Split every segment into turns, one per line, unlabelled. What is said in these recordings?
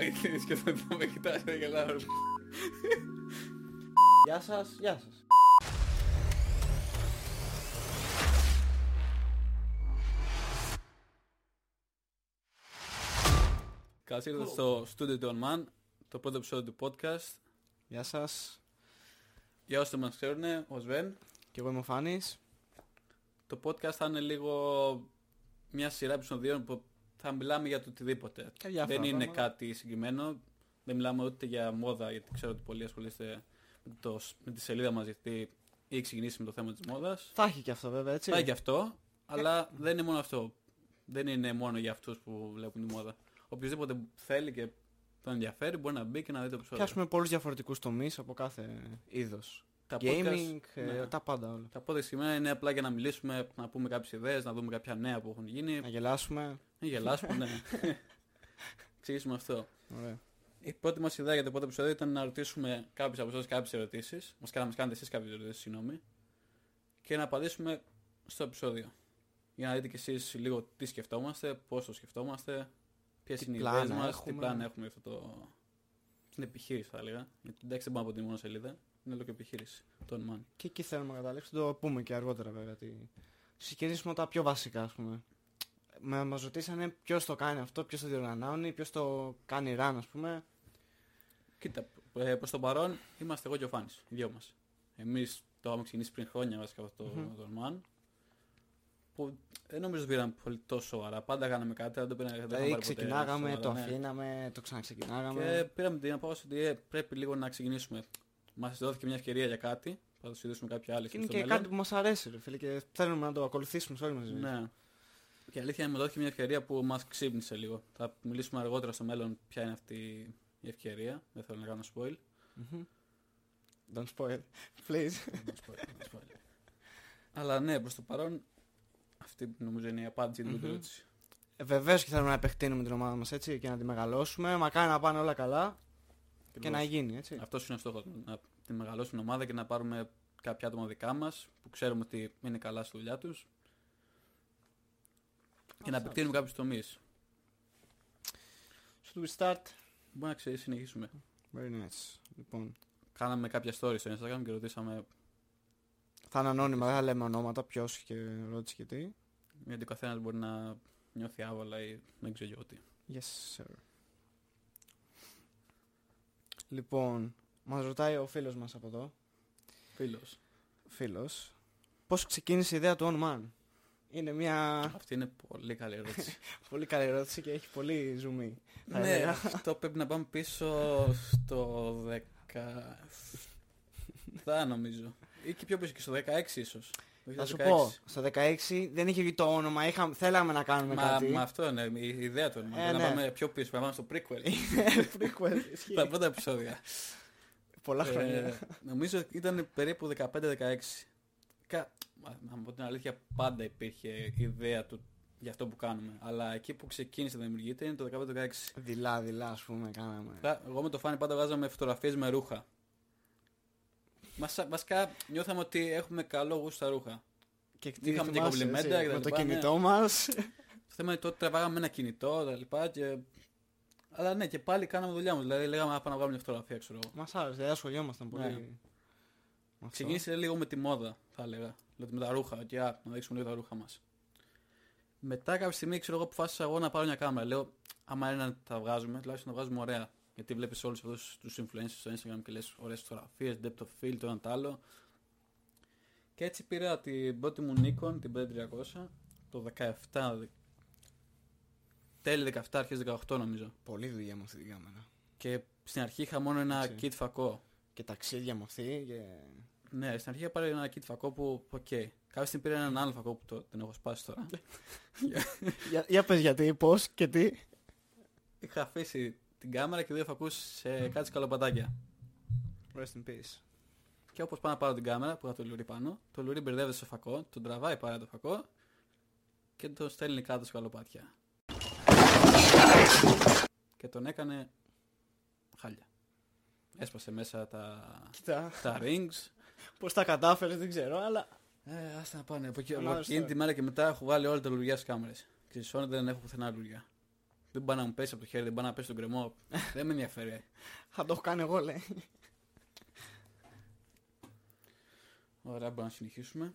Ήθελες και θα το με κοιτάς να γελάω.
Γεια σας, γεια σας.
Καλώς ήρθατε στο Studio Don Man, το πρώτο επεισόδιο του podcast.
Γεια σας,
Για όσοι δεν μας ξέρουν, ο Σβέν,
και εγώ είμαι ο Φάνης.
το podcast θα είναι λίγο μια σειρά επεισοδίων που θα μιλάμε για το οτιδήποτε.
Και διάφορα
Δεν είναι
πράγματα.
κάτι συγκεκριμένο. Δεν μιλάμε ούτε για μόδα, γιατί ξέρω ότι πολλοί ασχολείστε με, το, με τη σελίδα μας, γιατί έχει ξεκινήσει με το θέμα της μόδας.
Θα έχει και αυτό βέβαια, έτσι.
Θα και αυτό, αλλά δεν είναι μόνο αυτό. Δεν είναι μόνο για αυτούς που βλέπουν τη μόδα. Οποιοςδήποτε θέλει και τον ενδιαφέρει μπορεί να μπει και να δει το επεισόδιο.
Πιάσουμε πολλούς διαφορετικούς τομείς από κάθε είδος.
Τα
Gaming,
podcast,
ε,
ναι.
τα πάντα όλα.
Τα πόδια σήμερα είναι απλά για να μιλήσουμε, να πούμε κάποιες ιδέες, να δούμε κάποια νέα που έχουν γίνει.
Να γελάσουμε.
Να γελάσουμε, ναι. Ξεκινήσουμε αυτό.
Ωραία.
Η πρώτη μας ιδέα για το πρώτο επεισόδιο ήταν να ρωτήσουμε κάποιους από εσάς κάποιες ερωτήσεις. Μας κάνατε, μας κάνετε εσείς κάποιες ερωτήσεις, συγγνώμη. Και να απαντήσουμε στο επεισόδιο. Για να δείτε κι εσείς λίγο τι σκεφτόμαστε, πώς το σκεφτόμαστε, ποιες
Τι
είναι οι
πλάνα
ιδέες μας, τι
έχουμε.
πλάνα έχουμε για αυτό το... Στην επιχείρηση θα έλεγα. Γιατί εντάξει δεν πάμε από τη μόνο σελίδα. Είναι λίγο και επιχείρηση. Το on money.
Και εκεί θέλουμε να καταλήξουμε, το πούμε και αργότερα βέβαια. Τι... Ξεκινήσουμε τα πιο βασικά, ας πούμε. Μα μας ρωτήσανε ποιος το κάνει αυτό, ποιος το διοργανώνει, ποιος το κάνει run, ας πούμε.
Κοίτα, ε, προς τον παρόν είμαστε εγώ και ο Φάνης, οι δυο μας. Εμείς το είχαμε ξεκινήσει πριν χρόνια βασικά αυτό το
Μμμ.
mm που δεν νομίζω ότι πήραμε πολύ τόσο σοβαρά. Πάντα κάναμε κάτι, αλλά δεν το πήραμε δεν το
δηλαδή
είχαμε πάρει ποτέ
ξεκινάγαμε,
σοβαρά,
το
ναι.
αφήναμε, το ξαναξεκινάγαμε.
Και πήραμε την απόφαση ότι ε, πρέπει λίγο να ξεκινήσουμε. Μας δόθηκε μια ευκαιρία για κάτι, θα το συζητήσουμε κάποια άλλη
Και
στιγμή
είναι
στο
και
μέλλον.
κάτι που μας αρέσει, ρε φίλε, και θέλουμε να το ακολουθήσουμε σε όλη μας τη ζωή.
Ναι. Και η αλήθεια είναι ότι μου δόθηκε μια ευκαιρία που μας ξύπνησε λίγο. Θα μιλήσουμε αργότερα στο μέλλον ποια είναι αυτή η ευκαιρία. Δεν θέλω να κάνω spoil.
Mhm. Don't spoil, please.
Δεν μπορώ να σου πω, δεν μπορώ να σου πω. Αλλά ναι, προς το παρόν, αυτή νομίζω είναι η απάντηση για την
Μμμ.
ερώτηση.
Ε, Βεβαίως και θέλουμε να επεκτείνουμε την ομάδα μας έτσι και να τη μεγαλώσουμε. Μακάρι να πάνε όλα καλά και να γίνει έτσι.
Αυτός είναι ο στόχος μου, να τη μεγαλώσουμε την ομάδα και να πάρουμε κάποια άτομα δικά μας που ξέρουμε ότι είναι καλά στη δουλειά τους και να επεκτείνουμε κάποιους τομείς.
Should we start?
Μπορεί να ξέρεις, συνεχίσουμε.
Very nice. Λοιπόν,
Κάναμε κάποια stories στο Instagram και ρωτήσαμε
θα είναι ανώνυμα, δεν θα λέμε ονόματα, ποιος και ρώτησε και τι.
γιατί ο καθένας μπορεί να νιώθει άβολα ή δεν ξέρω εγώ τι.
Yes, sir. Λοιπόν, μας ρωτάει ο φίλος μας από εδώ,
Φίλος.
φίλος, πώς ξεκίνησε η ιδέα του On Man. Είναι μια
Αυτή είναι πολύ καλή ερώτηση.
πολύ καλή ερώτηση και έχει πολύ ζουμί. θα
Ναι,
έλεγα.
αυτό πρέπει να πάμε πίσω στο 17 νομίζω. Ή και πιο πίσω, και στο 16 ίσως. Το
Θα σου
16.
πω, στο 16 δεν είχε βγει το όνομα, είχα, θέλαμε να κάνουμε
Μα,
κάτι.
μα αυτό είναι η ιδέα του.
Ε,
πρέπει
ναι.
Να πάμε πιο πίσω, πρέπει να πάμε στο prequel.
Prequel, ισχύει.
τα πρώτα επεισόδια.
Πολλά
Ε,
χρόνια.
νομίζω ήταν περίπου 15-16. Κα... μα- Να μου πω την αλήθεια, πάντα υπήρχε ιδέα του για αυτό που κάνουμε. Αλλά εκεί που ξεκίνησε να δημιουργείται είναι το 15-16.
Δειλά, δειλά, ας πούμε, κάναμε.
Απλά, Εγώ με το φάνη πάντα βάζαμε φωτογραφίες με ρούχα. Μας, βασικά νιώθαμε ότι έχουμε καλό γούστο στα ρούχα.
Και
είχαμε και
θυμάσαι,
κομπλιμέντα
έτσι,
και τα
με το
λοιπά, ναι.
κινητό μας.
Το θέμα είναι τότε τραβάγαμε ένα κινητό τα λοιπά και... Αλλά ναι και πάλι κάναμε δουλειά μας. Δηλαδή λέγαμε «Α, πάμε να βγάλουμε μια φωτογραφία ξέρω εγώ.
Μας άρεσε, δεν ασχολιόμασταν πολύ.
Ναι.
με αυτό.
Ξεκίνησε λίγο με τη μόδα θα έλεγα. Δηλαδή με τα ρούχα. Ότι α, να δείξουμε λίγο τα ρούχα μας. Μετά κάποια στιγμή ξέρω εγώ αποφάσισα εγώ να πάρω μια κάμερα. Λέω άμα είναι να τα βγάζουμε τουλάχιστον να βγάζουμε ωραία. Γιατί βλέπεις όλους αυτούς τους influencers στο Instagram και λες ωραίες φωτογραφίες, depth of field, το ένα το άλλο. Και έτσι πήρα την πρώτη μου Nikon, την 5300, το 17, τέλη 17, αρχές 18 νομίζω.
Πολύ δουλειά με αυτή την κάμερα.
Και στην αρχή είχα μόνο ένα
Έτσι.
kit φακό.
Και ταξίδια με αυτή και...
Ναι, στην αρχή είχα πάρει ένα kit φακό που, οκ. Κάποια στιγμή πήρα έναν άλλο φακό που το, τον έχω σπάσει τώρα.
για, για πες γιατί, πώς και τι.
είχα αφήσει την κάμερα και δύο φακούς σε κάτι καλοπατάκια.
Rest in peace.
Και όπως πάω να πάρω την κάμερα που είχα το λουρί πάνω, το λουρί μπερδεύεται στο φακό, τον τραβάει πάρα το φακό και τον στέλνει κάτω στα καλοπάτια. Και τον έκανε χάλια. Έσπασε μέσα τα,
Κοίτα,
τα rings.
πώς τα κατάφερες δεν ξέρω, αλλά...
Ε, άστα να πάνε. Από, εκεί-
Καλά,
από εκείνη
ωραία.
τη μέρα και μετά έχω βάλει όλα τα λουριά στις κάμερες. Και δεν έχω πουθενά λουριά. Δεν πάει να μου πέσει από το χέρι, δεν πάει να πέσει στον κρεμό. δεν με ενδιαφέρει.
Θα το έχω κάνει εγώ, λέει.
Ωραία, μπορούμε να συνεχίσουμε.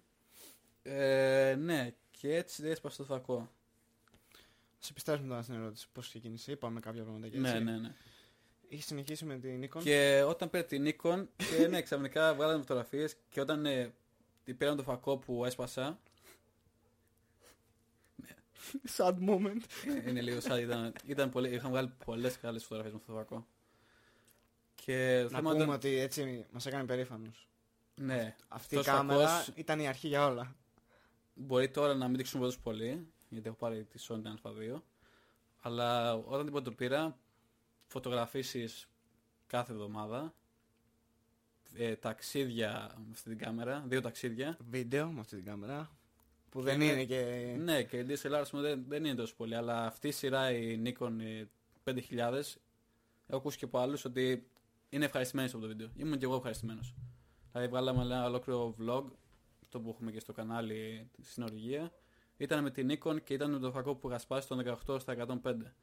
Ε, ναι, και έτσι δεν έσπασε το θακό.
Σε επιστρέψουμε τώρα στην ερώτηση πώς ξεκίνησε. Είπαμε κάποια πράγματα και έτσι.
Ναι, ναι, ναι.
Είχε συνεχίσει με την Nikon.
Και όταν πήρε την Nikon και ναι, ξαφνικά βγάλαμε φωτογραφίες και όταν ε, πήραμε το φακό που έσπασα,
Sad moment.
ε, είναι λίγο σαν, ήταν, ήταν πολύ, είχαν βγάλει πολλές καλές φωτογραφίες με αυτό το φακό. Και το
Να
θέμα
πούμε
ήταν-
ότι έτσι μας έκανε περήφανος.
ναι,
Αυτή η
Αυτός ο
κάμερα
κακός-
ήταν η αρχή για όλα.
μπορεί τώρα να μην δείξουμε τόσο πολύ, γιατί έχω πάρει τη Sony την α2, αλλά όταν την πρώτη το πήρα, φωτογραφίσεις κάθε εβδομάδα, ε, ταξίδια με αυτή την κάμερα, δύο ταξίδια,
Βίντεο με αυτή την κάμερα. Που δεν
είναι-
είναι και...
Ναι, και η DSLR ας πούμε, δεν, δεν είναι τόσο πολύ, αλλά αυτή η σειρά η Nikon η 5000, έχω ακούσει και από άλλους ότι είναι ευχαριστημένοι από το βίντεο. Ήμουν και εγώ ευχαριστημένος. Δηλαδή βγάλαμε ένα ολόκληρο vlog, το που έχουμε και στο κανάλι στην Οργία. Ήταν με την Nikon και ήταν με το φακό που είχα σπάσει το 18 στα 105.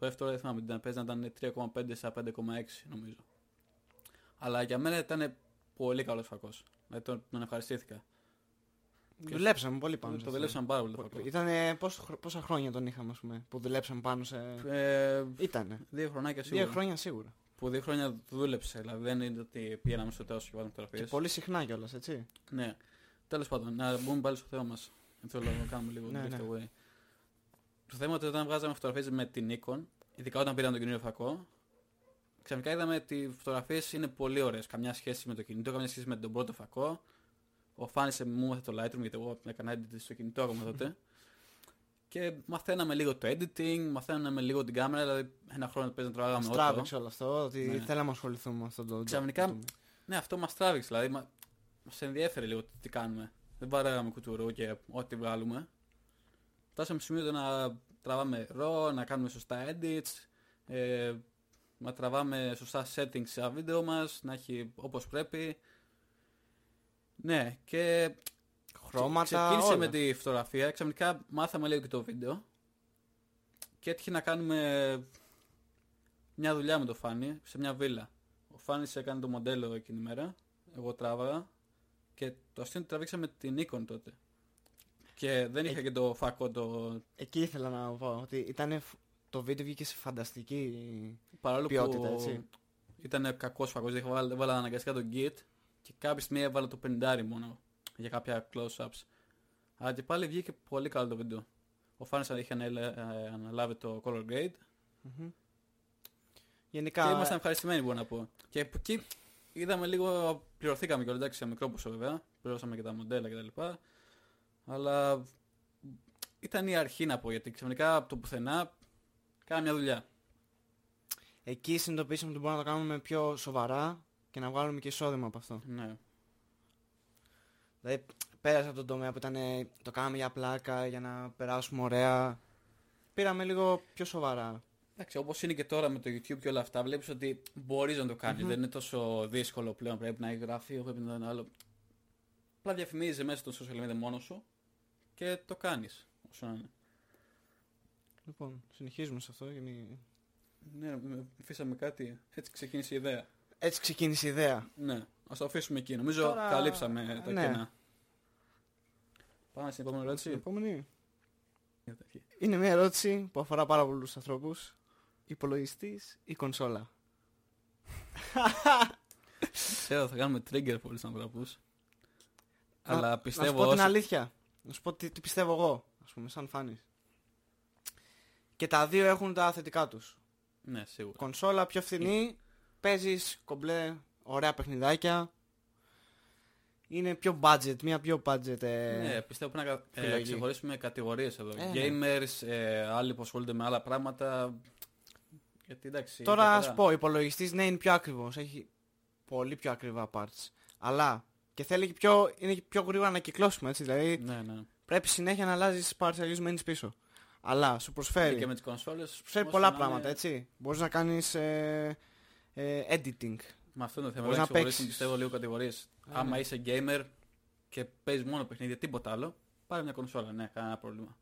Το F τώρα δεν θυμάμαι, την παίζει να ήταν 3,5 στα 5,6 νομίζω. Αλλά για μένα ήταν πολύ καλός φακός. Δηλαδή τον, τον ευχαριστήθηκα.
Δουλέψαμε πολύ πάνω. σε
Ναι. το
αυτό.
δουλέψαν πάρα πολύ το φακό.
Ήτανε πόσο χρο- πόσα χρόνια τον είχαμε, ας πούμε, που δουλέψαμε πάνω σε...
Ε,
Ήτανε.
Δύο χρονάκια σίγουρα.
Δύο χρόνια σίγουρα.
Που δύο χρόνια το δούλεψε. Δηλαδή δεν είναι ότι πήγαμε στο τέλος και βάλαμε
Και
φωτογραφίες.
πολύ συχνά κιόλας, έτσι.
Ναι. Τέλος πάντων, να μπούμε πάλι στο θέμα μας. Γι' αυτό λέω να κάνουμε λίγο
Ναι, ναι.
drift away. Το θέμα ότι όταν βγάζαμε φωτογραφίες με την Nikon, ειδικά όταν πήραμε το καινούριο φακό, ξαφνικά είδαμε ότι οι φωτογραφίες είναι πολύ ωραίες. Καμιά σχέση με το κινητό, καμιά σχέση με τον πρώτο φακό. Ο Φάνης μου έμαθε το Lightroom γιατί εγώ έκανα edit στο κινητό ακόμα τότε. και μαθαίναμε λίγο το editing, μαθαίναμε λίγο την κάμερα, δηλαδή ένα χρόνο παίζει να τραβάγαμε auto.
Στράβηξε όλο αυτό, ότι
Ναι.
θέλαμε να ασχοληθούμε με αυτό το...
Ξαφνικά-
το-
Ναι, αυτό μας τράβηξε. Δηλαδή, μα μας ενδιέφερε λίγο τι κάνουμε. Δεν παράγαμε κουτουρού και ό,τι βγάλουμε. Φτάσαμε στο σημείο το να τραβάμε ρο, να κάνουμε σωστά edits, ε, να τραβάμε σωστά settings στα βίντεο μας, να έχει όπως πρέπει. Ναι, και
Χρώματα,
ξεκίνησε
όλα.
με τη φωτογραφία, ξαφνικά μάθαμε λίγο και το βίντεο και έτυχε να κάνουμε μια δουλειά με το Φάνη σε μια βίλα. Ο Φάνης έκανε το μοντέλο εκείνη η μέρα, εγώ τράβαγα και το αστείο τραβήξαμε την Nikon τότε. Και
Ε,
δεν είχα και το φακό το
Εκεί ήθελα να πω ότι ήταν το βίντεο βγήκε σε φανταστική
παρόλο
ποιότητα,
που
έτσι.
ήταν κακός φακός, δεν είχα βάλει, έβαλα αναγκαστικά το git και κάποια στιγμή έβαλα το 50 μόνο για κάποια close-ups. Αλλά και πάλι βγήκε πολύ καλό το βίντεο. Ο Φάνης είχε ανέλε- ε, αναλάβει το color grade
Μμμ.
και
Γενικά,
ήμασταν ευχαριστημένοι μπορώ να πω. Και από εκεί είδαμε λίγο, πληρωθήκαμε και εντάξει σε μικρό ποσό βέβαια, πληρώσαμε και τα μοντέλα κτλ. Αλλά ήταν η αρχή να πω γιατί ξαφνικά από το πουθενά κάνα μια δουλειά.
εκεί συνειδητοποιήσαμε ότι μπορούμε να το κάνουμε πιο σοβαρά και να βγάλουμε και εισόδημα από αυτό.
Ναι.
Δηλαδή, πέρασε από τον τομέα που ήταν ε, το κάναμε για πλάκα, για να περάσουμε ωραία. Πήραμε λίγο πιο σοβαρά.
Εντάξει, όπως είναι και τώρα με το YouTube και όλα αυτά, βλέπεις ότι μπορείς να το κανεις
Μμμ.
Δεν είναι τόσο δύσκολο πλέον. Πρέπει να έχεις γραφείο, πρέπει να είναι άλλο. Απλά διαφημίζεσαι μέσα στο social media μόνος σου και το κάνεις. Όσο να είναι.
Λοιπόν, συνεχίζουμε σε αυτό. για μη-
Ναι, με- αφήσαμε κάτι. Έτσι ξεκίνησε η ιδέα.
Έτσι ξεκίνησε η ιδέα.
Ναι, ας το αφήσουμε εκεί. Νομίζω
Τώρα-
καλύψαμε τα
ναι.
κενά. Πάμε στην επόμενη ερώτηση.
Στην επόμενη. Είναι μια ερώτηση που αφορά πάρα πολλούς ανθρώπους. Υπολογιστής ή κονσόλα.
Ξέρω, θα κάνουμε trigger πολλούς ανθρώπους.
Να-
Αλλά
να σου πω
πιστεύω
την
όσο...
αλήθεια. Να σου πω τι, τι πιστεύω εγώ, ας πούμε, σαν φάνης. Και τα δύο έχουν τα θετικά τους.
Ναι, σίγουρα.
Κονσόλα πιο φθηνή, παίζεις κομπλέ, ωραία παιχνιδάκια. Είναι πιο budget, μια πιο budget. ε,
Ναι, πιστεύω πρέπει να κα- ε,
επιλογή.
ξεχωρίσουμε κατηγορίες εδώ.
Ε, ναι.
Gamers, ε, άλλοι που ασχολούνται με άλλα πράγματα. Γιατί εντάξει.
Τώρα
είναι
α
καθαρά.
πω, ο υπολογιστής ναι είναι πιο ακριβός, έχει πολύ πιο ακριβά parts. Αλλά και θέλει και πιο, είναι και πιο γρήγορα να κυκλώσουμε έτσι, δηλαδή
Ναι, ναι.
πρέπει συνέχεια να αλλάζεις parts, αλλιώς μένεις πίσω. Αλλά σου προσφέρει.
Ναι, Και με τις κονσόλες.
Ξέρει Ε, πολλά
ναι.
πράγματα, έτσι. Μπορείς να κάνεις ε, ε, editing.
Με αυτό είναι το θέμα. Πρέπει
Μπορείς
να
να
ξεχωρίσουμε
παίξεις.
πιστεύω λίγο κατηγορίες.
Ε,
Άμα
ναι.
είσαι gamer και παίζεις μόνο παιχνίδια, τίποτα άλλο, πάρε μια κονσόλα. Ναι, κανένα πρόβλημα.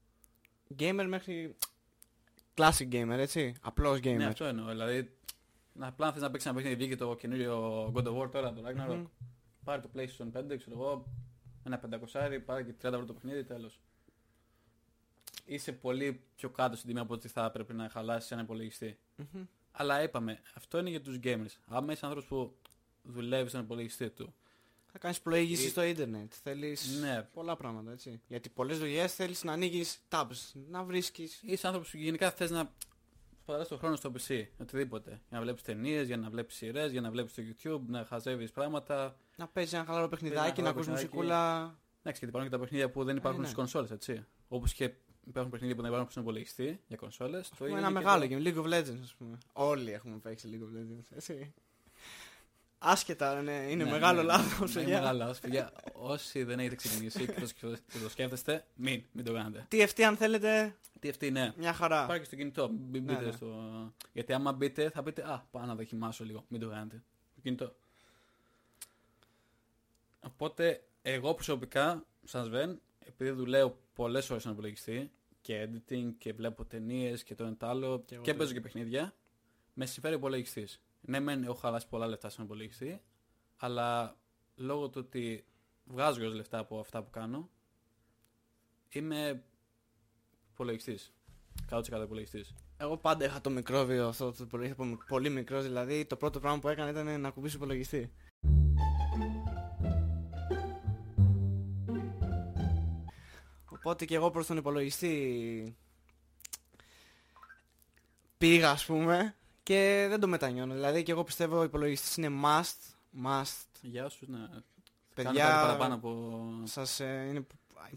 Gamer μέχρι classic gamer, έτσι. Απλός gamer.
Ναι, αυτό εννοώ. Δηλαδή, να απλά αν θες να παίξεις ένα παιχνίδι, βγήκε το καινούριο God of War τώρα, το Ragnarok.
Μμμ.
Πάρε το PlayStation 5, ξέρω εγώ, ένα πεντακοσάρι, πάρε και 30 ευρώ το παιχνίδι, τέλος. Είσαι πολύ πιο κάτω στην τιμή από ότι θα έπρεπε να χαλάσεις ένα υπολογιστή.
Μμμ.
Αλλά είπαμε, αυτό είναι για τους gamers. Άμα είσαι άνθρωπος που δουλεύεις στον υπολογιστή του,
Θα κάνεις πλοήγηση
Ε,
στο ίντερνετ. Θέλεις
ναι.
πολλά πράγματα, έτσι. Γιατί πολλές δουλειές θέλεις να ανοίγεις tabs, να βρίσκεις.
είσαι άνθρωπος που γενικά θες να σπαταλάς τον χρόνο στο PC, οτιδήποτε. Για να βλέπεις ταινίες, για να βλέπεις σειρές, για να βλέπεις το YouTube, να χαζεύεις πράγματα.
Να παίζεις ένα χαλαρό
Παίζεις
παιχνιδάκι,
ένα
να
χαλαρό
ακούς
παιχνιδάκι.
μουσικούλα.
Εντάξει, γιατί υπάρχουν και τα παιχνίδια που δεν υπάρχουν
ναι.
στις κονσόλες, έτσι. Όπως και υπάρχουν παιχνίδια που δεν υπάρχουν στον υπολογιστή για κονσόλες. Το
Πούμε
ίδιο
ένα
είναι και
μεγάλο
εδώ.
game, League of Legends, ας πούμε. Όλοι έχουμε παίξει League of Legends, έτσι. Άσχετα, ναι, είναι
Ναι,
μεγάλο
ναι,
λάθος,
ναι, Είναι
παιδιά.
μεγάλο λάθος, παιδιά. Όσοι δεν έχετε ξεκινήσει και το, σκεφ- και το σκέφτεστε, μην, μην το κάνετε.
TFT αν θέλετε,
Τι αυτή είναι.
μια χαρά.
Πάρε και στο κινητό. Μην
Ναι,
μπείτε
ναι.
στο... Γιατί άμα μπείτε θα πείτε «Α, πάω να δοκιμάσω λίγο». Μην το κάνετε. Το κινητό. Οπότε, εγώ προσωπικά, σαν Σβέν, επειδή δουλεύω πολλές ώρες στον υπολογιστή και editing και βλέπω ταινίες και το ένα το άλλο
Και εγώ
και
το
παίζω και
ίδιο.
παιχνίδια, με συμφέρει ο υπολογιστή. Ναι, μεν έχω χαλάσει πολλά λεφτά στον υπολογιστή, αλλά λόγω του ότι βγάζω κιόλας λεφτά από αυτά που κάνω, είμαι υπολογιστής. 100% υπολογιστής.
Εγώ πάντα είχα το μικρόβιο αυτό, το πολύ, από πολύ μικρός. Δηλαδή το πρώτο πράγμα που έκανα ήταν να κουμπίσω υπολογιστή. Οπότε και εγώ προς τον υπολογιστή πήγα ας πούμε και δεν το μετανιώνω. Δηλαδή και εγώ πιστεύω ο υπολογιστής είναι must, must.
Γεια σου, ναι. Κάνω κάτι
Παιδιά,
παραπάνω από.
σας ε, είναι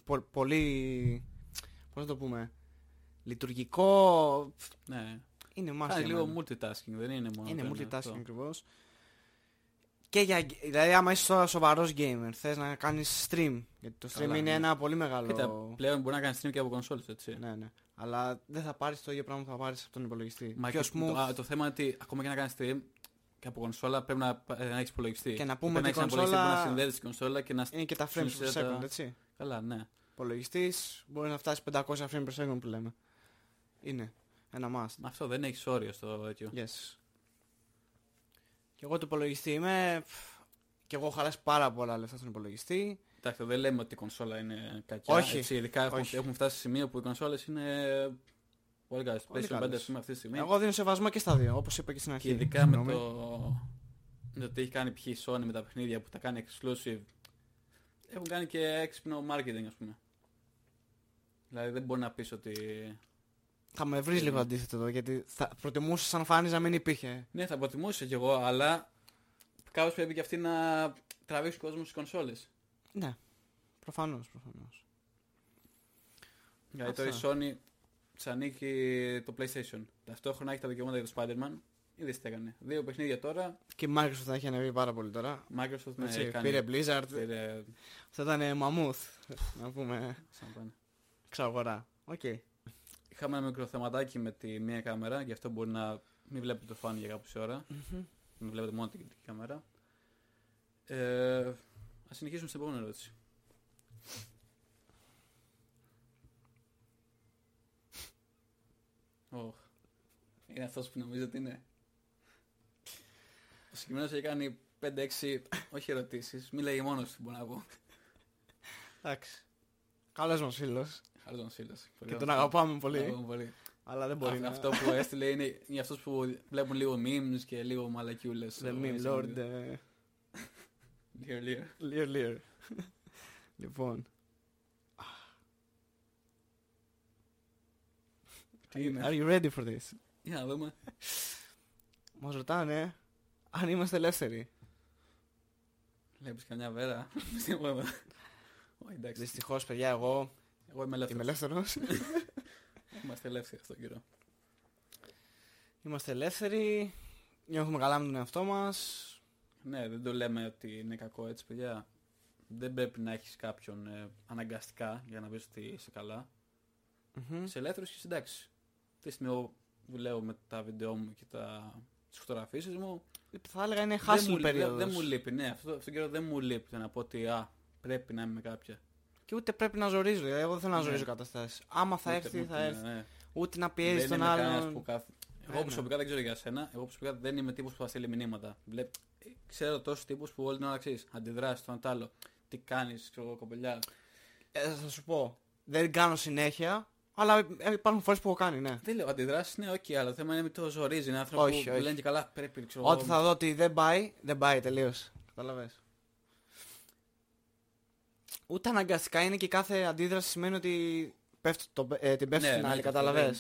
πο- πολύ, πώς να το πούμε, λειτουργικό,
Ναι.
είναι must.
Κάνει
για μένα.
λίγο multitasking, δεν είναι μόνο.
ναι, Είναι
το ένα αυτό.
multitasking ακριβώς. Και για. Δηλαδή, άμα είσαι τώρα σοβαρός gamer, θες να κάνεις stream. Γιατί το stream
Καλά,
είναι
ναι.
ένα πολύ μεγάλο.
Κοίτα, πλέον μπορεί να κάνεις stream και από κονσόλε, έτσι.
Ναι, ναι. Αλλά δεν θα πάρεις το ίδιο πράγμα που θα πάρεις από τον υπολογιστή.
Μα
Πιο
και
smooth.
το, α, το θέμα είναι ότι ακόμα και να κάνεις stream και από κονσόλα πρέπει να, ε, να έχεις υπολογιστή.
Και να πούμε
πρέπει
ότι
έχεις έναν
κονσόλα-
υπολογιστή που να συνδέεται στην κονσόλα και να.
Είναι και τα
στην
frames
ουσία
per
τα-
second, έτσι.
Καλά, ναι.
Υπολογιστής μπορεί να φτάσει 500 frames per second που λέμε. Είναι. Ένα must.
Μα αυτό δεν έχει όριο στο τέτοιο.
Yes. Και εγώ του υπολογιστή είμαι. Και εγώ έχω χαλάσει πάρα πολλά λεφτά στον υπολογιστή.
Εντάξει, δεν λέμε ότι η κονσόλα είναι κακιά.
Όχι.
Έτσι, ειδικά έχουν,
Όχι.
έχουν φτάσει σε σημείο που οι κονσόλες είναι πολύ καλές.
Πολύ
PlayStation 5
καλές.
ας πούμε, αυτή τη στιγμή.
Εγώ δίνω σεβασμό και στα δύο, όπως είπα και στην αρχή.
Και ειδικά με
Συγγνώμη.
το... με το τι έχει κάνει π.χ. η Sony με τα παιχνίδια που τα κάνει exclusive. Έχουν κάνει και έξυπνο marketing, ας πούμε. Δηλαδή δεν μπορεί να πεις ότι...
Θα με
Ε.
βρεις λίγο αντίθετο εδώ, γιατί θα προτιμούσα σαν φάνης να μην υπήρχε.
Ναι, θα προτιμούσα κι εγώ, αλλά κάπως πρέπει και αυτή να τραβήξει κόσμος στις κονσόλες.
Ναι. Προφανώς, προφανώς.
Δηλαδή τώρα η
Αυτά.
Sony της ανήκει το PlayStation. Ταυτόχρονα έχει τα δικαιώματα για το Spider-Man. Είδες τις έκανε. Δύο παιχνίδια τώρα.
Και η Microsoft θα έχει ανέβει πάρα πολύ τώρα.
Microsoft ναι,
Έτσι,
έχει κάνει.
πήρε Blizzard.
Πήρε...
Θα ήταν ε, μαμούθ. να πούμε.
σαν πάνε.
Ξαγορά. Οκ.
Είχαμε ένα μικρό θεματάκι με τη μία κάμερα, γι' αυτό μπορεί να μην βλέπετε το φαν για κάποια ώρα. Μην βλέπετε μόνο την κεντρική κάμερα. Ε, Ας συνεχίσουμε στην επόμενη ερώτηση. Ωχ. Είναι αυτός που νομίζω ότι είναι. Ο συγκεκριμένος έχει κάνει 5-6 όχι ερωτήσεις. Μην λέει μόνος του, μπορώ να πω.
Εντάξει. Καλός μας φίλος.
Χάρτον Σίλας.
Και τον αγαπάμε πολύ.
Αγαπάμε πολύ.
Αλλά δεν μπορεί
Α,
να
Αυτό που έστειλε είναι για αυτούς που βλέπουν λίγο memes και λίγο μαλακιούλες.
The
στο
Ναι, meme
Instagram.
lord. ε,
Dear, dear.
Lear Lear. Λοιπόν.
Τι είναι.
Are you ready for this?
Για να δούμε.
Μας ρωτάνε αν είμαστε ελεύθεροι.
Βλέπεις καμιά βέρα. Στην ομάδα. Ω, Εντάξει.
Δυστυχώς, παιδιά, εγώ
Εγώ είμαι
είμαι
ελεύθερος.
ελεύθερος.
Είμαστε ελεύθεροι αυτόν τον καιρό.
Είμαστε ελεύθεροι, νιώθουμε καλά με τον εαυτό μας.
Ναι, δεν το λέμε ότι είναι κακό έτσι, παιδιά. Δεν πρέπει να έχεις κάποιον ε, αναγκαστικά για να πεις ότι είσαι καλά. Είσαι ελεύθερος και συντάξει. Αυτή τη στιγμή εγώ δουλεύω με τα βίντεο μου και τα... τις φωτογραφίσεις μου.
Θα έλεγα είναι
δεν, μου,
χάσιμο
λείπει-
περίοδος.
δεν μου λείπει, ναι. Αυτό, αυτόν τον καιρό δεν μου λείπει το να πω ότι α, πρέπει να είμαι με κάποια.
Και ούτε πρέπει να ζορίζω, δηλαδή εγώ δεν θέλω να
Ναι.
ζορίζω καταστάσεις. Άμα θα
Ούτε
έρθει,
μου,
θα
ναι,
έρθει.
ναι.
ούτε να
Δεν
πιέζει
είμαι
τον
κανένας που
άλλον.
κάθ- Εγώ
Ένα.
προσωπικά δεν ξέρω για σένα. Εγώ προσωπικά δεν είμαι τύπος που θα στείλει μηνύματα. Βλέπ... Ξέρω τόσους τύπους που όλη την ώρα ξέρεις. Αντιδράσεις το ένα τ' άλλο. Τι κάνεις, ξέρω εγώ, κοπελιά.
Ε, θα σου πω. Δεν κάνω συνέχεια, αλλά ε, υπάρχουν φορές που έχω κάνει, ναι.
Δεν λέω αντιδράσεις, ναι, οκ, αλλά το θέμα είναι μην το ζορίζει. Είναι άνθρωπο
Όχι,
που
όχι.
λένε και καλά πρέπει, ξέρω
Ό,τι
εγώ.
θα δω ότι δεν πάει, δεν πάει τελείως. Καταλαβέ. Ούτε αναγκαστικά είναι και κάθε αντίδραση σημαίνει ότι πέφτω, το, ε, την πέφτει
Ναι,
στην
ναι,
άλλη,
αυτό
καταλαβέ.
δεν-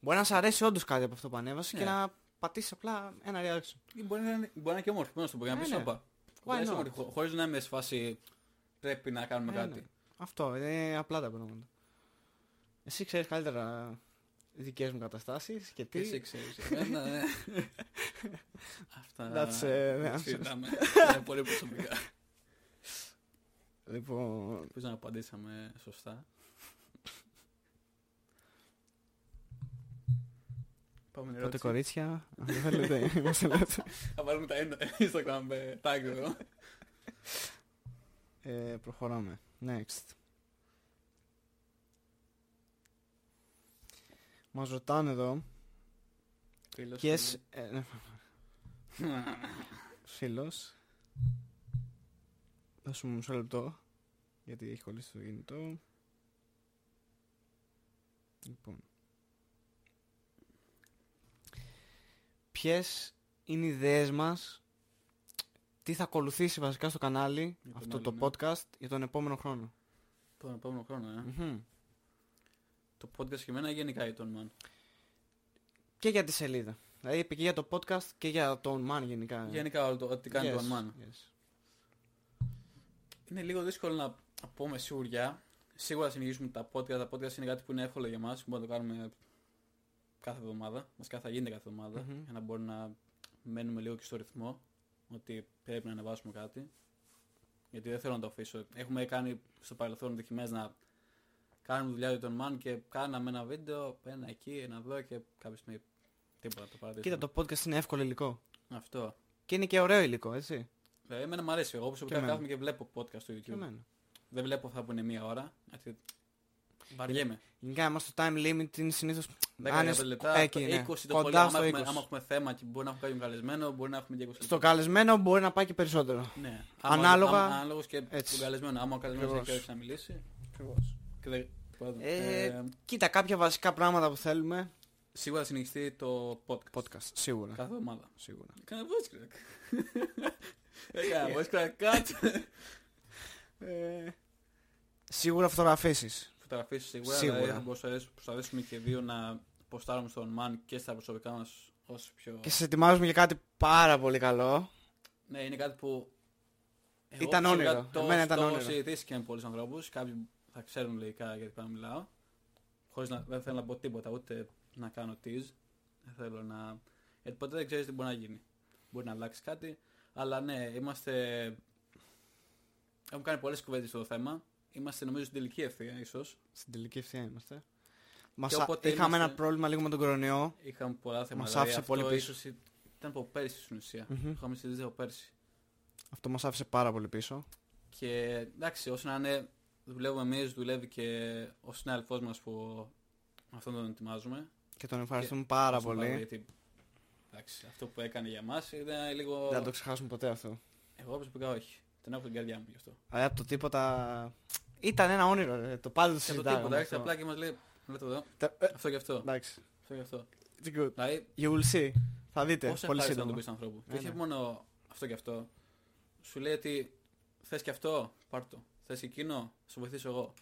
Μπορεί να σ' αρέσει όντως κάτι από αυτό που ανέβασε και
Ναι.
να πατήσεις απλά ένα reaction.
Ή Μπορεί να, είναι, μπορεί να είναι και όμορφο. Μπορεί να σου το πει να
Ναι,
πει
ναι.
όπα.
Why not?
Χωρί να είμαι σε φάση πρέπει να κάνουμε
Ε, ναι.
κάτι.
Αυτό, είναι απλά τα πράγματα. Εσύ ξέρεις καλύτερα δικές μου καταστάσεις και τι.
Εσύ ξέρεις εμένα, ναι. Αυτά.
That's, ε, ναι,
δεν
answers.
συζητάμε. Είναι πολύ προσωπικά.
Λοιπόν.
Ελπίζω να απαντήσαμε σωστά. Πάμε
Τότε
ερώτηση.
κορίτσια, αν δεν θέλετε, είμαστε εδώ.
Θα βάλουμε τα Instagram ε, tag εδώ.
Ε, προχωράμε. Next. Μας ρωτάνε εδώ,
Φίλος,
ποιες... Ε, ναι,
φίλοι.
φίλος. Δώσουμε μισό λεπτό, γιατί έχει κολλήσει το κινητό. Λοιπόν. Ποιες είναι οι ιδέες μας, τι θα ακολουθήσει βασικά στο κανάλι,
Για τον
αυτό
άλλο,
το
ναι.
podcast, για τον επόμενο χρόνο.
Τον επόμενο χρόνο, ε.
Μμμ.
Το podcast και εμένα ή γενικά ή τον man.
Και για τη σελίδα. Δηλαδή είπε και για το podcast και για τον Man γενικά.
Γενικά όλο το ότι κάνει
Ε. Yes,
τον man.
yes.
Είναι λίγο δύσκολο να πούμε σιγουριά. Σίγουρα θα συνεχίσουμε τα podcast. Τα podcast είναι κάτι που είναι εύκολο για μας. Μπορούμε να το κάνουμε κάθε εβδομάδα. Μας θα γίνεται κάθε εβδομάδα,
Μμμ.
Για να μπορούμε να μένουμε λίγο και στο ρυθμό. Ότι πρέπει να ανεβάσουμε κάτι. Γιατί δεν θέλω να το αφήσω. Έχουμε κάνει στο παρελθόν δοκιμές να κάνουμε δουλειά για τον Μαν και κάναμε ένα βίντεο, ένα εκεί, ένα εδώ και κάποια στιγμή τίποτα το παρατήσαμε.
Κοίτα το podcast είναι εύκολο υλικό.
Αυτό.
Και είναι και ωραίο υλικό, έτσι.
Ε, εμένα μου αρέσει. Εγώ προσωπικά
εμένα.
κάθομαι και βλέπω podcast στο
Και
YouTube.
εμένα.
Δεν βλέπω αυτά που είναι μία ώρα. γιατί
Ε,
Βαριέμαι.
Γενικά είμαστε στο time limit είναι συνήθως...
10
είναι
λεπτά,
εκεί, ναι.
20 το πολύ.
Κοντά
Άμα,
στο 20.
έχουμε, άμα έχουμε θέμα και μπορεί να έχουμε κάποιον καλεσμένο, μπορεί να έχουμε και 20
Στο
λεπτά.
καλεσμένο μπορεί να πάει και περισσότερο.
Ναι. Άμα-
Ανάλογα-
άμα- Ανάλογος και
Έτσι.
τον καλεσμένο. Άμα ο καλεσμένος δεν
Ακριβώς.
ξέρει να μιλήσει. Και δεν...
Ε,
Ε,
Κοίτα κάποια βασικά πράγματα που θέλουμε.
σίγουρα θα συνεχιστεί το podcast.
Podcast, ναι. σίγουρα.
Κάθε εβδομάδα.
Σίγουρα.
Κάνα voice crack. Έκανα voice crack. Κάτσε.
Ε, σίγουρα φωτογραφίσεις.
Φωτογραφίες σίγουρα.
Σίγουρα.
Σίγουρα. Θα προσπαθήσουμε- προσπαθήσουμε και δύο να ποστάρουμε στον Man και στα προσωπικά μας όσο πιο...
Και σας ετοιμάζουμε για κάτι πάρα πολύ καλό.
Ναι, είναι κάτι που.
Ήταν
φυσικά
όνειρο.
Το,
Εμένα ήταν
το έχω
όνειρο.
συζητήσει και με πολλούς ανθρώπους. Κάποιοι θα ξέρουν λογικά γιατί πάνω μιλάω. Χωρίς να δεν θέλω να πω τίποτα, ούτε να κάνω tease. Δεν θέλω να. Γιατί ποτέ δεν ξέρεις τι μπορεί να γίνει. Μπορεί να αλλάξεις κάτι. Αλλά ναι, είμαστε. Έχουμε κάνει πολλές κουβέντες στο θέμα. Είμαστε νομίζω στην τελική ευθεία, ίσως.
Στην τελική ευθεία είμαστε. Μας
Και
α-
όποτε
Είχαμε
είμαστε-
ένα πρόβλημα λίγο με τον κορονοϊό.
Είχαμε πολλά θέματα. δηλαδή
Μας άφησε πολύ πίσω.
ίσως ή- ήταν από πέρσι στην ουσια
Μμμ.
Είχαμε συζητήσει από πέρσι.
Αυτό μας άφησε πάρα πολύ πίσω.
Και εντάξει, όσο να είναι, δουλεύουμε εμείς, δουλεύει και ο συνάδελφός μας που αυτόν τον ετοιμάζουμε.
Και τον ευχαριστούμε πάρα
Όσο πάμε,
πολύ.
Γιατί, εντάξει, αυτό που έκανε για μας ήταν λίγο.
Δεν θα το ξεχάσουμε ποτέ αυτό.
Εγώ προσωπικά όχι. Τον έχω την καρδιά μου γι' αυτό.
Αλλά από το τίποτα. Ήταν ένα όνειρο, ρε. το πάντα το
Και το τίποτα,
συζητάγαμε.
έρχεται
αυτό.
απλά και μας λέει. Λέτε εδώ,
Τα- ε,
αυτό και αυτό.
Εντάξει.
Αυτό και αυτό.
It's good.
Δηλαδή,
You will see. Θα δείτε
πόσο
πολύ
ευχάριστο να το
σύντομα.
πει ανθρώπου.
Ναι,
Και όχι
ναι.
μόνο αυτό και αυτό. Σου λέει ότι θες και αυτό, πάρ' το. Θες εκείνο, θα σου βοηθήσω εγώ.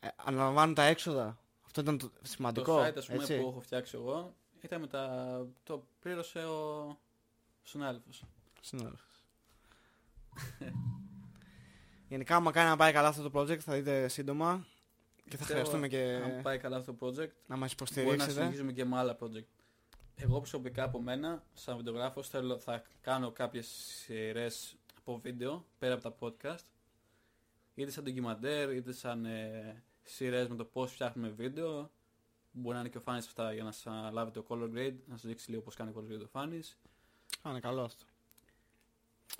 Ε, αναλαμβάνουν τα έξοδα. Αυτό ήταν το σημαντικό.
Το site ας πούμε,
έτσι.
που έχω φτιάξει εγώ ήταν με τα... το πλήρωσε ο συνάδελφος.
Συνάδελφος. Γενικά, άμα κάνει να πάει καλά αυτό το project, θα δείτε σύντομα. Και θα
Πιστεύω,
χρειαστούμε και
Αν πάει καλά αυτό το project,
να μας
μπορεί να
υποστηρίξετε.
συνεχίζουμε και με άλλα project. Εγώ προσωπικά από μένα, σαν βιντεογράφος, θέλω, θα κάνω κάποιες σειρές από βίντεο, πέρα από τα podcast. Είτε σαν ντοκιμαντέρ, είτε σαν ε, σειρές με το πώς φτιάχνουμε βίντεο. Μπορεί να είναι και ο Φάνης αυτά για να σας λάβει το color grade, να σας δείξει λίγο πώς κάνει color grade ο Φάνης.
Α, είναι καλό αυτό.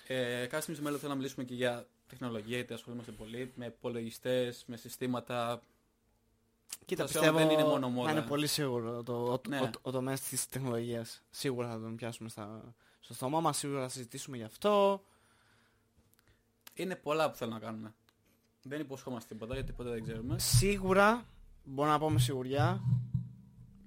Ε, κάποια στιγμή στο μέλλον θέλω να μιλήσουμε και για τεχνολογία, γιατί ασχολούμαστε πολύ με υπολογιστές, με συστήματα.
Κοίτα,
Φαντάζομαι
πιστεύω
δεν είναι μόνο
θα
μόδα.
είναι πολύ σίγουρο το, ο,
Ναι.
ο, ο τομέας της τεχνολογίας. Σίγουρα θα τον πιάσουμε στα, στο στόμα μας, σίγουρα θα συζητήσουμε γι' αυτό.
Είναι πολλά που θέλουν να κάνουν. Δεν υποσχόμαστε τίποτα γιατί ποτέ δεν ξέρουμε.
Σίγουρα, μπορώ να πω με σιγουριά,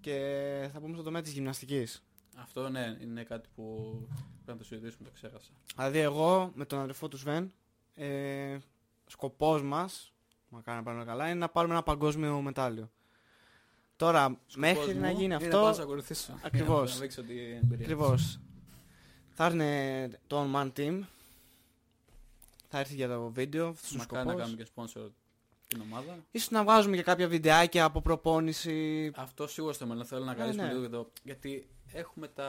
και θα πούμε στο τομέα της γυμναστικής.
Αυτό ναι, είναι κάτι που πρέπει να το συζητήσουμε, το ξέχασα.
Δηλαδή εγώ με τον αδερφό του Σβέν, ε, σκοπός μας, μακάρι να πάμε καλά, είναι να πάρουμε ένα παγκόσμιο μετάλλιο. Τώρα, μέχρι
Σκοπός
να
μου
γίνει
είναι
αυτό...
Να πάω να σε ακολουθήσω.
Ακριβώς.
Να δείξω την εμπειρία.
Ακριβώς. Θα έρθει το One Man Team. Θα έρθει για το βίντεο, αυτός ο
Μακάρι να
σκοπός.
κάνουμε και sponsor την ομάδα.
Ίσως να βγάζουμε και κάποια βιντεάκια από προπόνηση.
Αυτό σίγουρα στο μέλλον θέλω να καλύψουμε
ναι.
λίγο εδώ. Γιατί έχουμε τα,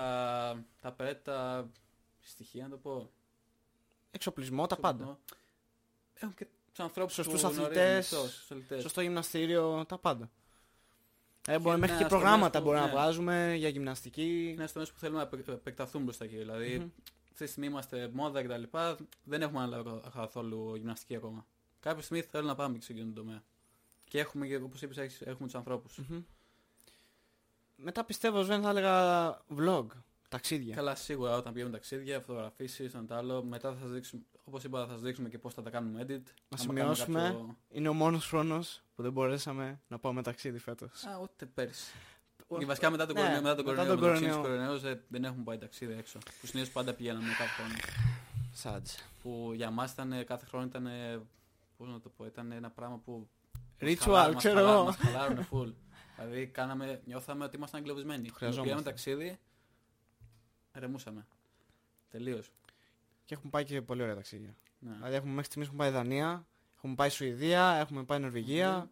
τα απαραίτητα στοιχεία, να το πω.
Εξοπλισμό, τα
Το
πάντα.
μόνο. Έχουν και τους ανθρώπους
Σωστούς αθλητές. Ε, Σωστό γυμναστήριο, τα πάντα. Ε, μπορεί,
Και
μέχρι
ναι,
και
στο
προγράμματα
μέσο,
μπορούμε
ναι.
να βγάζουμε για γυμναστική.
Είναι
Ε,
ένα τομέα που θέλουμε να επεκ- επεκταθούν μπροστά εκεί. Δηλαδή,
Μμμ.
αυτή τη στιγμή είμαστε μόδα κτλ. Δεν έχουμε αναλάβει καθόλου γυμναστική ακόμα. Κάποια στιγμή θέλω να πάμε και σε εκείνον τον τομέα. Και έχουμε, και, όπως είπες, έχεις- έχουμε τους ανθρώπους.
Μμμ. Μετά πιστεύω, Σβέν, θα έλεγα vlog. Ταξίδια.
Καλά, σίγουρα όταν πηγαίνουμε ταξίδια, φωτογραφίσεις, ένα το άλλο. Μετά θα σας δείξουμε, όπως είπα, θα σας δείξουμε και πώς θα τα κάνουμε edit. Άμα
σημειώσουμε.
κάνουμε κάποιο-
Είναι ο μόνος χρόνος που δεν μπορέσαμε να πάμε ταξίδι φέτος.
Α, ούτε πέρσι. Και βασικά μετά τον
Ναι,
κορονοϊό, μετά τον
μετά
κορονοϊό,
τον
μετά τον
κορονοϊό.
κορονοϊός, ε, δεν έχουμε πάει ταξίδι έξω. Που συνήθως πάντα πηγαίναμε κάθε χρόνο.
Σάντζ.
Που για μας ήταν κάθε χρόνο ήταν. Πώς να το πω, ήταν ένα πράγμα που. μας χαλάρωνε,
Ritual,
μας
ξέρω
χαλάρωνε,
εγώ.
Μας χαλάρωνε φουλ. δηλαδή κάναμε, νιώθαμε ότι ήμασταν εγκλωβισμένοι.
χρειαζόμαστε.
Πήγαμε ταξίδι, ρεμούσαμε. Τελείως.
Και έχουμε πάει και πολύ ωραία ταξίδια.
Ναι.
Δηλαδή έχουμε μέχρι στιγμής έχουμε πάει Δανία, έχουμε πάει Σουηδία, έχουμε πάει Νορβηγία
Μμμ.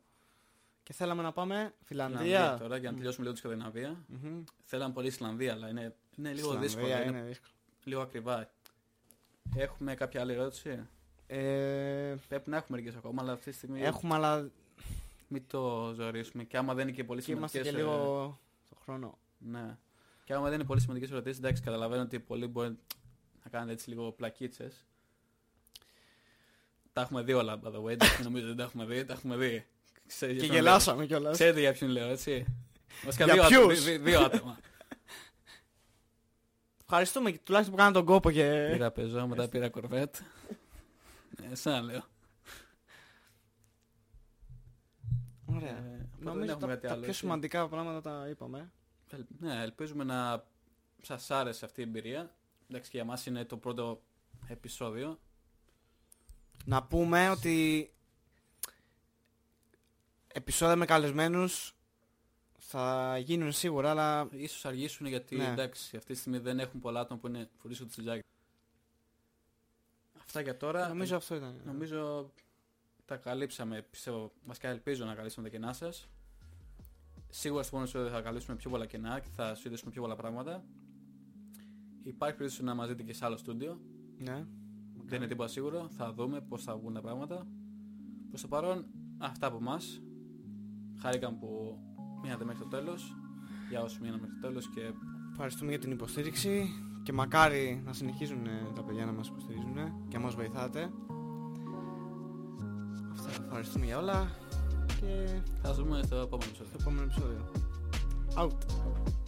και θέλαμε να πάμε
Ισλανδία
Φιλανδία.
Τώρα για να τελειώσουμε λίγο τη Σκανδιναβία.
Μμμ.
Θέλαμε πολύ Ισλανδία, αλλά είναι, είναι λίγο
Ισλανδία
δύσκολο, είναι,
είναι δύσκολο.
λίγο ακριβά. Έχουμε κάποια άλλη ερώτηση.
Ε,
Πρέπει να έχουμε μερικέ ακόμα, αλλά αυτή τη στιγμή
έχουμε αλλά
μην το ζωρίσουμε. Και άμα δεν είναι και πολύ ε,
και είμαστε
σημαντικές.
και λίγο το χρόνο.
Ναι. Και άμα δεν είναι πολύ σημαντικές ερωτήσεις, εντάξει, καταλαβαίνω ότι πολλοί μπορεί να κάνετε έτσι λίγο πλακίτσες. Τα έχουμε δει όλα, by the way. εντάξει, νομίζω δεν τα έχουμε δει. Τα έχουμε δει. Ξέρετε
Και
για ποιον
γελάσαμε
λέω.
κιόλας.
Ξέρετε για ποιον λέω, έτσι. Βασικά
Για
δύο, άτομα,
ποιους?
δύ- δύο άτομα.
Ευχαριστούμε και τουλάχιστον που κάναμε τον κόπο και...
πήρα πεζό, μετά πήρα κορβέτ. ναι, σαν λέω. Ε,
Ωραία.
οπότε δεν
Ναι. Νομίζω
έχουμε
τα,
κάτι
τα
άλλο,
πιο
έτσι.
σημαντικά πράγματα τα είπαμε.
Ελ- Ναι, ελπίζουμε να σας άρεσε αυτή η εμπειρία. Εντάξει, και για μας είναι το πρώτο επεισόδιο.
Να πούμε ότι επεισόδια με καλεσμένους θα γίνουν σίγουρα, αλλά
Ίσως αργήσουν γιατί
Ναι.
εντάξει, αυτή τη στιγμή δεν έχουν πολλά άτομα που είναι φορήσουν τη τζάκι. Αυτά για τώρα.
νομίζω αυτό ήταν.
Ε, νομίζω τα καλύψαμε, πιστεύω, βασικά ελπίζω να καλύψουμε τα κενά σας. Σίγουρα στο επόμενο επεισόδιο θα καλύψουμε πιο πολλά κενά και θα συζητήσουμε πιο πολλά πράγματα. Υπάρχει περίπτωση να μας δείτε και σε άλλο στούντιο.
Ναι.
Δεν είναι τίποτα σίγουρο. Θα δούμε πώς θα βγουν τα πράγματα. Προς το παρόν, αυτά από εμάς. Χάρηκαν που μείνατε μέχρι το τέλος. Για όσους μείναν μέχρι το τέλος και
Ευχαριστούμε για την υποστήριξη και μακάρι να συνεχίζουν ε, τα παιδιά να μας υποστηρίζουν ε, και να μας βοηθάτε. Αυτά, ευχαριστούμε για όλα και
θα δούμε στο επόμενο επεισόδιο.
στο επόμενο επεισόδιο. Out!